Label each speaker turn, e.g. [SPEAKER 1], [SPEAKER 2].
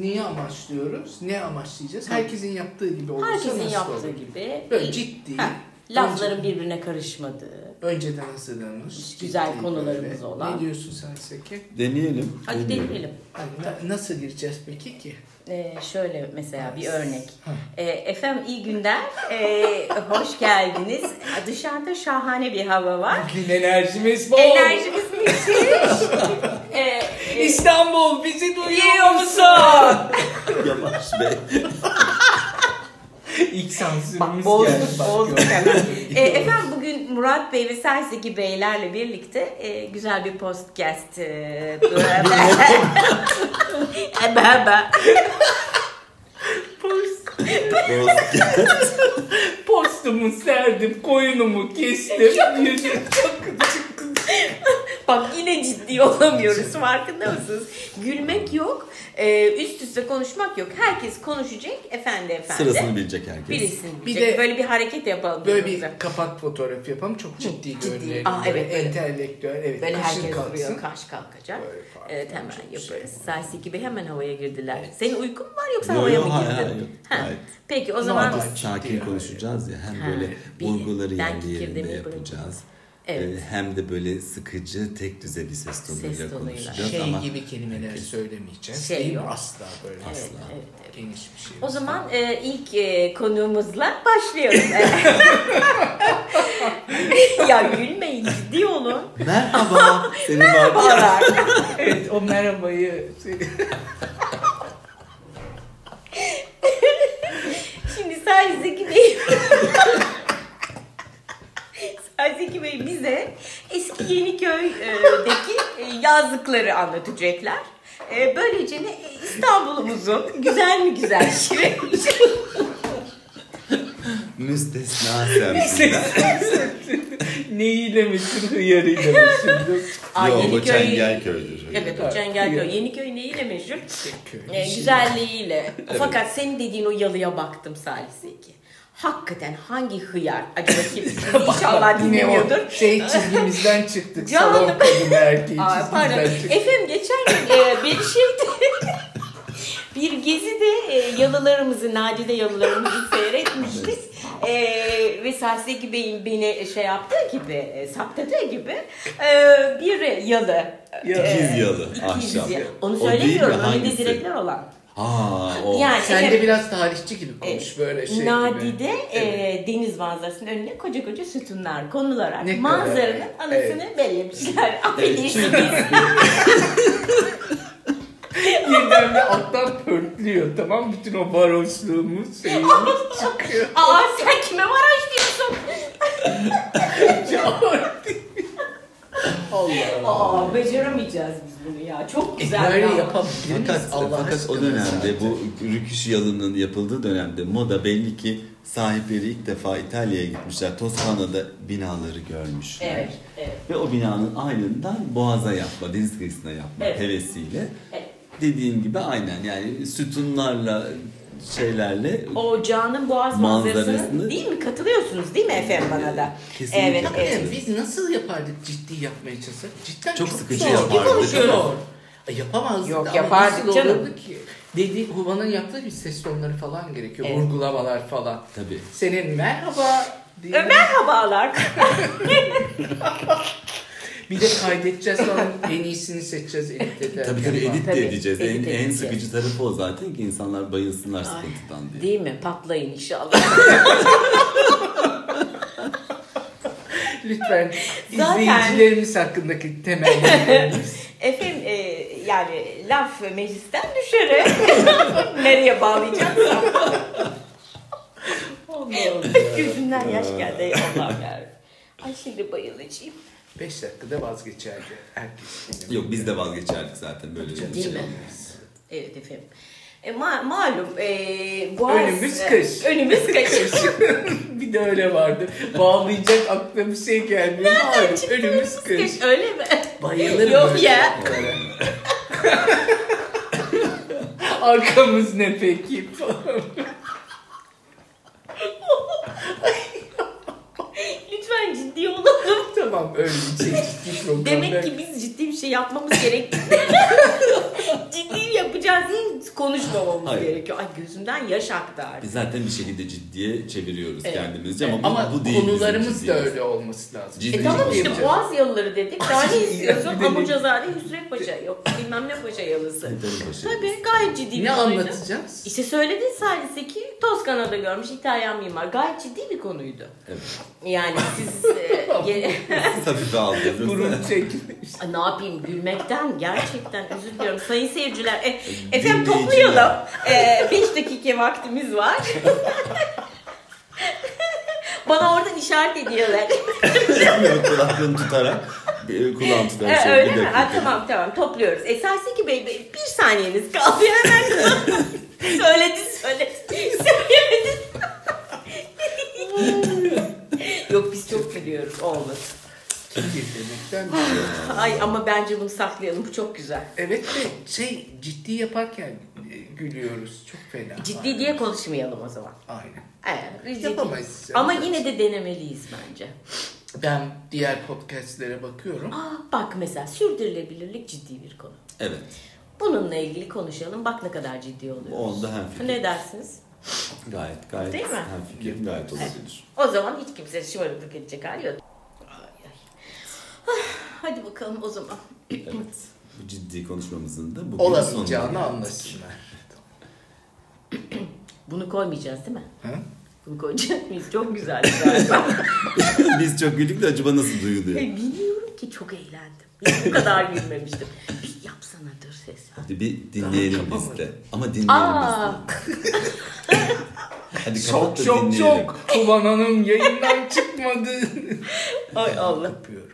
[SPEAKER 1] niye amaçlıyoruz? Ne amaçlayacağız? Herkesin yaptığı gibi olursa
[SPEAKER 2] Herkesin
[SPEAKER 1] nasıl
[SPEAKER 2] yaptığı
[SPEAKER 1] olur?
[SPEAKER 2] gibi.
[SPEAKER 1] Böyle ciddi,
[SPEAKER 2] Ha, lafların birbirine karışmadığı.
[SPEAKER 1] önceden hazırlanmış.
[SPEAKER 2] Güzel
[SPEAKER 1] ciddi
[SPEAKER 2] konularımız
[SPEAKER 1] böyle.
[SPEAKER 2] olan.
[SPEAKER 1] Ne diyorsun sen Seki?
[SPEAKER 3] Deneyelim.
[SPEAKER 2] Hadi deneyelim.
[SPEAKER 1] Hani na- nasıl gireceğiz peki ki?
[SPEAKER 2] Ee, şöyle mesela bir örnek.
[SPEAKER 1] Ha.
[SPEAKER 2] Ee, efendim iyi günler. Ee, hoş geldiniz. Dışarıda şahane bir hava var.
[SPEAKER 1] Bugün enerjimiz bol.
[SPEAKER 2] Enerjimiz müthiş. Ee, e,
[SPEAKER 1] İstanbul bizi
[SPEAKER 2] Duyuyor musun?
[SPEAKER 3] Yavaş be.
[SPEAKER 1] İlk sansürümüz
[SPEAKER 2] Bak
[SPEAKER 1] geldi.
[SPEAKER 2] bozduk,
[SPEAKER 1] Bak,
[SPEAKER 2] bozduk
[SPEAKER 1] gördün
[SPEAKER 2] hemen.
[SPEAKER 1] mü?
[SPEAKER 2] E, efendim bugün Murat Bey ve Selçuk'taki beylerle birlikte e, güzel bir podcast e, beraber.
[SPEAKER 1] Postumu serdim, koyunumu kestim. Yüzüm çok küçük.
[SPEAKER 2] Bak yine ciddi olamıyoruz farkında mısınız? Gülmek yok, e, üst üste konuşmak yok. Herkes konuşacak efendi efendi.
[SPEAKER 3] Sırasını bilecek herkes.
[SPEAKER 2] Birisini
[SPEAKER 1] Bir
[SPEAKER 2] bir
[SPEAKER 1] de-
[SPEAKER 2] de böyle bir hareket yapalım.
[SPEAKER 1] Böyle
[SPEAKER 2] birbirimize.
[SPEAKER 1] bir kapak fotoğrafı yapalım. Çok ciddi
[SPEAKER 2] ciddi.
[SPEAKER 1] görünelim.
[SPEAKER 2] Aa,
[SPEAKER 1] Böyle
[SPEAKER 2] evet, böyle.
[SPEAKER 1] Entelektüel. Evet.
[SPEAKER 2] Böyle
[SPEAKER 1] kaşın
[SPEAKER 2] herkes
[SPEAKER 1] kalksın.
[SPEAKER 2] duruyor, karşı kalkacak.
[SPEAKER 1] Böyle falan.
[SPEAKER 2] Evet hemen
[SPEAKER 1] Çok şey
[SPEAKER 2] yaparız. Sersi gibi hemen havaya girdiler. Senin uykun mu var yoksa
[SPEAKER 3] Yo,
[SPEAKER 2] havaya
[SPEAKER 3] yo,
[SPEAKER 2] mı
[SPEAKER 3] hayır,
[SPEAKER 2] girdin?
[SPEAKER 3] hayır, yok.
[SPEAKER 2] Ha,
[SPEAKER 3] Gayet.
[SPEAKER 2] Peki o zaman
[SPEAKER 1] Normal.
[SPEAKER 3] Sakin
[SPEAKER 1] Ciddi
[SPEAKER 3] konuşacağız ya. Hem
[SPEAKER 2] Ha,
[SPEAKER 3] böyle
[SPEAKER 2] bir-
[SPEAKER 3] vurguları
[SPEAKER 2] ben
[SPEAKER 3] yerli
[SPEAKER 2] fikirde
[SPEAKER 3] yerinde
[SPEAKER 2] mi
[SPEAKER 3] yapacağız.
[SPEAKER 2] Evet.
[SPEAKER 3] Ee, Hem de böyle sıkıcı, tek düze bir ses tonuyla
[SPEAKER 2] tonuyla.
[SPEAKER 3] konuşacağız
[SPEAKER 1] Şey
[SPEAKER 3] ama
[SPEAKER 1] gibi kelimeler söylemeyeceğiz.
[SPEAKER 2] Şey
[SPEAKER 1] değil mi?
[SPEAKER 2] yok.
[SPEAKER 1] Asla böyle.
[SPEAKER 2] Evet,
[SPEAKER 3] Asla.
[SPEAKER 2] evet, evet.
[SPEAKER 1] Geniş bir şey.
[SPEAKER 2] O zaman e, ilk e, konuğumuzla başlıyoruz. ya gülmeyin ciddi olun.
[SPEAKER 3] merhaba senin var.
[SPEAKER 2] Merhabalar.
[SPEAKER 1] evet o merhabayı.
[SPEAKER 2] Şimdi Sadece Zeki Bey Sadece Zeki Bey bize eski Yeniköy'deki yazlıkları anlatacaklar. E, Böylece ne İstanbul'umuzun güzel mi güzel şirin
[SPEAKER 3] Müstesna semtinden.
[SPEAKER 1] Neyiyle misin? Hıyarıyla misin?
[SPEAKER 3] Yo, bu Çengelköy'dür.
[SPEAKER 2] Evet o
[SPEAKER 1] Evet.
[SPEAKER 2] Çengelköy. Yeniköy neyiyle meşhur?
[SPEAKER 1] Köy.
[SPEAKER 2] E, güzelliğiyle. Fakat senin dediğin o yalıya baktım Salih Zeki. Hakikaten hangi hıyar? Acaba kim? İnşallah
[SPEAKER 1] Yine
[SPEAKER 2] dinlemiyordur.
[SPEAKER 1] o şey çizgimizden çıktık.
[SPEAKER 2] Canım.
[SPEAKER 1] Salon kadın erkeği
[SPEAKER 2] Aa, pardon.
[SPEAKER 1] çizgimizden çıktık.
[SPEAKER 2] Efendim geçen gün e, bir şeydi. bir gezide e, yalılarımızı, nadide yalılarımızı seyretmiştik. E, ve Sarseki Bey'in beni şey yaptığı gibi, e, saptadığı gibi e, bir yalı. E,
[SPEAKER 1] Yalı.
[SPEAKER 3] İkiz yalı,
[SPEAKER 2] ikiz
[SPEAKER 3] ahşap.
[SPEAKER 2] yalı. Onu
[SPEAKER 3] O değil mi?
[SPEAKER 2] söylemiyorum. Önünde
[SPEAKER 3] Hangisi?
[SPEAKER 2] direkler olan.
[SPEAKER 3] Ha o.
[SPEAKER 2] Yani
[SPEAKER 1] Sen de
[SPEAKER 2] efendim,
[SPEAKER 1] biraz tarihçi gibi konuş böyle şey gibi.
[SPEAKER 2] Nadide e,
[SPEAKER 1] Evet.
[SPEAKER 2] deniz manzarasının önüne koca koca sütunlar konularak
[SPEAKER 1] Ne kadar-
[SPEAKER 2] manzaranın anasını bellemişler. Affedersiniz.
[SPEAKER 1] Birden bir alttan pörtlüyor tamam bütün o varoşluğumuz şeyimiz çıkıyor.
[SPEAKER 2] Aa sen kime varaj diyorsun?
[SPEAKER 1] Allah
[SPEAKER 2] Aa beceremeyeceğiz biz bunu ya. Çok güzel.
[SPEAKER 1] E, Böyle
[SPEAKER 2] ya.
[SPEAKER 1] yapabilir miyiz
[SPEAKER 3] Fakat,
[SPEAKER 1] Allah
[SPEAKER 3] fakat o
[SPEAKER 1] aşkına
[SPEAKER 3] dönemde
[SPEAKER 1] zaten?
[SPEAKER 3] bu rüküş yalının yapıldığı dönemde moda belli ki sahipleri ilk defa İtalya'ya gitmişler. Toskana'da binaları görmüşler.
[SPEAKER 2] Evet, evet.
[SPEAKER 3] Ve o binanın aynından boğaza yapma, deniz kıyısına yapma
[SPEAKER 2] Evet.
[SPEAKER 3] hevesiyle.
[SPEAKER 2] Evet.
[SPEAKER 3] Dediğin gibi aynen yani sütunlarla şeylerle
[SPEAKER 2] O canın boğaz
[SPEAKER 3] Manzarasını-
[SPEAKER 2] manzarasını değil mi? Katılıyorsunuz değil mi efendim bana da?
[SPEAKER 3] Kesinlikle
[SPEAKER 2] Evet,
[SPEAKER 1] Tabii
[SPEAKER 2] evet.
[SPEAKER 1] biz nasıl yapardık ciddi yapmaya çalışsak? Cidden çok,
[SPEAKER 3] Çok sıkıcı
[SPEAKER 1] zor.
[SPEAKER 3] yapardık.
[SPEAKER 1] Konuşuyoruz. Ay, Yapamazdık
[SPEAKER 2] Yok,
[SPEAKER 1] ama
[SPEAKER 2] yapardık
[SPEAKER 1] nasıl
[SPEAKER 2] canım.
[SPEAKER 1] olurdu ki? Dedi, Huva'nın yaptığı bir ses tonları falan gerekiyor.
[SPEAKER 2] Evet.
[SPEAKER 1] Vurgulamalar falan.
[SPEAKER 3] Tabii.
[SPEAKER 1] Senin merhaba diye-
[SPEAKER 2] E, Merhabalar.
[SPEAKER 1] Bir de kaydedeceğiz sonra en iyisini seçeceğiz edit ederken.
[SPEAKER 3] Tabii tabii
[SPEAKER 1] falan.
[SPEAKER 3] edit
[SPEAKER 2] Tabii,
[SPEAKER 3] de edeceğiz.
[SPEAKER 2] edit
[SPEAKER 3] en, en
[SPEAKER 2] edeceğiz.
[SPEAKER 3] sıkıcı tarafı o zaten ki insanlar bayılsınlar sıkıntıdan diye.
[SPEAKER 2] değil mi? Patlayın inşallah.
[SPEAKER 1] Lütfen
[SPEAKER 2] Zaten-
[SPEAKER 1] izleyicilerimiz hakkındaki temellerimiz.
[SPEAKER 2] efendim e, yani laf meclisten düşer. Nereye bağlayacağım? Gözümden yaş geldi. Allah'ım yarabbim. Ay şimdi bayılacağım.
[SPEAKER 1] 5 dakikada vazgeçerdi herkes.
[SPEAKER 3] Yok biz de vazgeçerdik zaten böyle bir
[SPEAKER 2] Değil
[SPEAKER 3] şey.
[SPEAKER 2] mi? Evet efendim. E, ma- malum e, Boğaz...
[SPEAKER 1] Önümüz kış.
[SPEAKER 2] önümüz kış.
[SPEAKER 1] bir de öyle vardı. Bağlayacak aklıma bir şey gelmiyor. Malum önümüz kış.
[SPEAKER 2] kış öyle mi?
[SPEAKER 1] Bayılırım.
[SPEAKER 2] Yok
[SPEAKER 1] böyle
[SPEAKER 2] ya.
[SPEAKER 1] şarkılara. Arkamız ne peki?
[SPEAKER 2] Lütfen ciddi olalım.
[SPEAKER 1] tamam öyle bir şey ciddi programlar.
[SPEAKER 2] Demek ki biz ciddi bir şey yapmamız gerekti. ciddi bir yapacağız diye konuşmamamız
[SPEAKER 3] Hayır.
[SPEAKER 2] gerekiyor. Ay gözümden yaş aktı artık.
[SPEAKER 3] Biz zaten bir şekilde ciddiye çeviriyoruz
[SPEAKER 2] Evet.
[SPEAKER 3] kendimizce ama, bu-
[SPEAKER 1] Ama
[SPEAKER 3] bu, değil bizim
[SPEAKER 1] konularımız da
[SPEAKER 3] ciddiyemiz.
[SPEAKER 1] öyle olması lazım.
[SPEAKER 3] Ciddi
[SPEAKER 2] E tamam
[SPEAKER 3] Bilmiyorum.
[SPEAKER 2] işte Boğazyalıları dedik. Daha ne istiyorsun?
[SPEAKER 1] şey Bir şey de-
[SPEAKER 2] Pamucazade Hüsrev Paşa yok. Bilmem ne Paşa yalısı.
[SPEAKER 3] Tabii başarı.
[SPEAKER 2] Tabii gayet ciddi bir şey.
[SPEAKER 1] Ne
[SPEAKER 2] konuydu.
[SPEAKER 1] anlatacağız?
[SPEAKER 2] İşte söyledin sadece ki Toskana'da görmüş İtalyan mimar. Gayet ciddi bir konuydu.
[SPEAKER 3] Evet.
[SPEAKER 2] Yani siz e, ge-
[SPEAKER 3] Tabii de aldınız.
[SPEAKER 1] Burun çekme.
[SPEAKER 2] Ay, ne yapayım gülmekten gerçekten özür diliyorum. Sayın seyirciler e, efendim
[SPEAKER 3] Dinleyiciler.
[SPEAKER 2] toplayalım. 5 dakika vaktimiz var. Bana oradan işaret ediyorlar.
[SPEAKER 3] Bilmiyorum kulaklığını tutarak. e, Kulağını tutarak.
[SPEAKER 2] E,
[SPEAKER 3] şöyle
[SPEAKER 2] öyle
[SPEAKER 3] bir
[SPEAKER 2] mi? Ha,
[SPEAKER 3] dakika.
[SPEAKER 2] tamam tamam topluyoruz. Esası ki bey, bey, bir saniyeniz kaldı hemen. söyledin söyledin. Söylemedin. Yok biz çok biliyoruz olmaz.
[SPEAKER 1] Kim demekten bir şey yok.
[SPEAKER 2] Ay ama bence bunu saklayalım bu çok güzel.
[SPEAKER 1] Evet de şey ciddi yaparken e, gülüyoruz. Çok fena.
[SPEAKER 2] Ciddi diye konuşmayalım o zaman.
[SPEAKER 1] Aynen.
[SPEAKER 2] Evet, ciddi.
[SPEAKER 1] Yapamayız.
[SPEAKER 2] Ama yine de denemeliyiz bence.
[SPEAKER 1] Ben diğer podcastlere bakıyorum.
[SPEAKER 2] Aa, Ah, bak mesela sürdürülebilirlik ciddi bir konu.
[SPEAKER 3] Evet.
[SPEAKER 2] Bununla ilgili konuşalım. Bak ne kadar ciddi oluyor.
[SPEAKER 3] Onda hem fikir.
[SPEAKER 2] Ne dersiniz?
[SPEAKER 3] Gayet gayet.
[SPEAKER 2] Değil mi?
[SPEAKER 3] Hem fikir gayet olabilir.
[SPEAKER 2] O zaman hiç kimse şımarıklık edecek hali yok. Ay, ay. Ah, Hadi bakalım o zaman.
[SPEAKER 3] Evet. Bu ciddi konuşmamızın da bugün
[SPEAKER 1] Olamayacağını
[SPEAKER 3] sonuna-
[SPEAKER 1] anlasınlar.
[SPEAKER 2] Bunu koymayacağız değil mi?
[SPEAKER 1] Hı?
[SPEAKER 2] Bunu koyacak mıyız? Çok güzel galiba.
[SPEAKER 3] Biz çok güldük de acaba nasıl duyuluyor?
[SPEAKER 2] Ay, Biliyorum ki çok eğlendim. Hiç bu kadar gülmemiştim. Bir yapsana dur ses.
[SPEAKER 3] Hadi bir dinleyelim
[SPEAKER 1] Tamam,
[SPEAKER 3] biz de. Ama dinleyelim biz de.
[SPEAKER 2] Aa,
[SPEAKER 3] Hadi kapat
[SPEAKER 1] Çok
[SPEAKER 3] da
[SPEAKER 1] çok
[SPEAKER 3] dinleyelim.
[SPEAKER 1] çok. Kuban Hanım yayından çıkmadı.
[SPEAKER 2] ay Allah.
[SPEAKER 1] Yapıyorum.